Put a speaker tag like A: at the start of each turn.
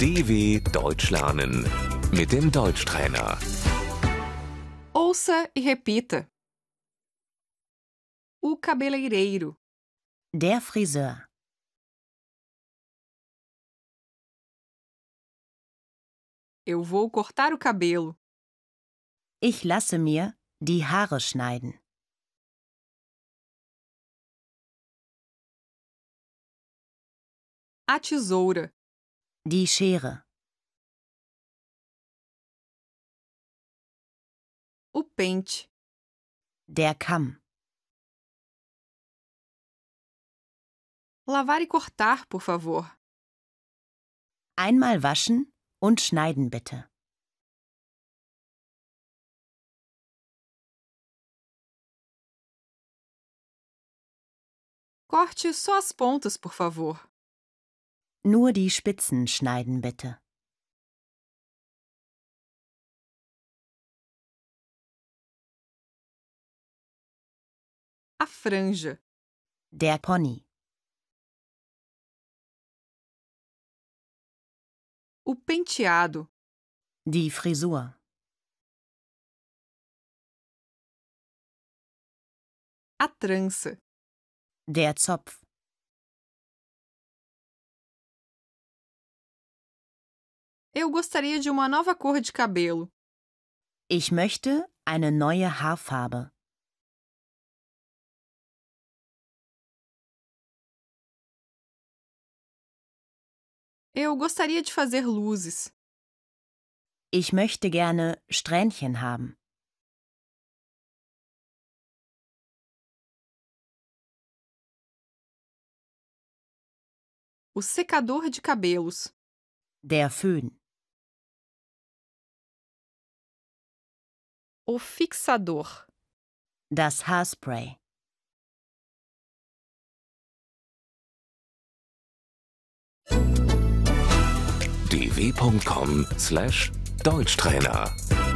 A: DW Deutsch lernen mit dem Deutschtrainer.
B: Ouça e repita. O cabeleireiro,
C: Der Friseur.
B: eu vou cortar o cabelo.
C: Ich lasse mir die Haare schneiden.
B: A tesoura,
C: Die Schere.
B: o pente,
C: Der Kamm.
B: lavar e cortar, por favor.
C: Einmal waschen und schneiden bitte.
B: Corte só as pontas, por favor.
C: Nur die Spitzen schneiden bitte.
B: A franja,
C: Der Pony.
B: o penteado,
C: Die Frisur.
B: a trança,
C: Der Zopf.
B: Eu gostaria de uma nova cor de cabelo.
C: Ich möchte eine neue Haarfarbe.
B: Eu gostaria de fazer luzes.
C: Ich möchte gerne Strähnchen haben.
B: O secador de cabelos,
C: Der Föhn.
B: o fixador,
C: Das Haarspray.
A: dw.com/deutschtrainer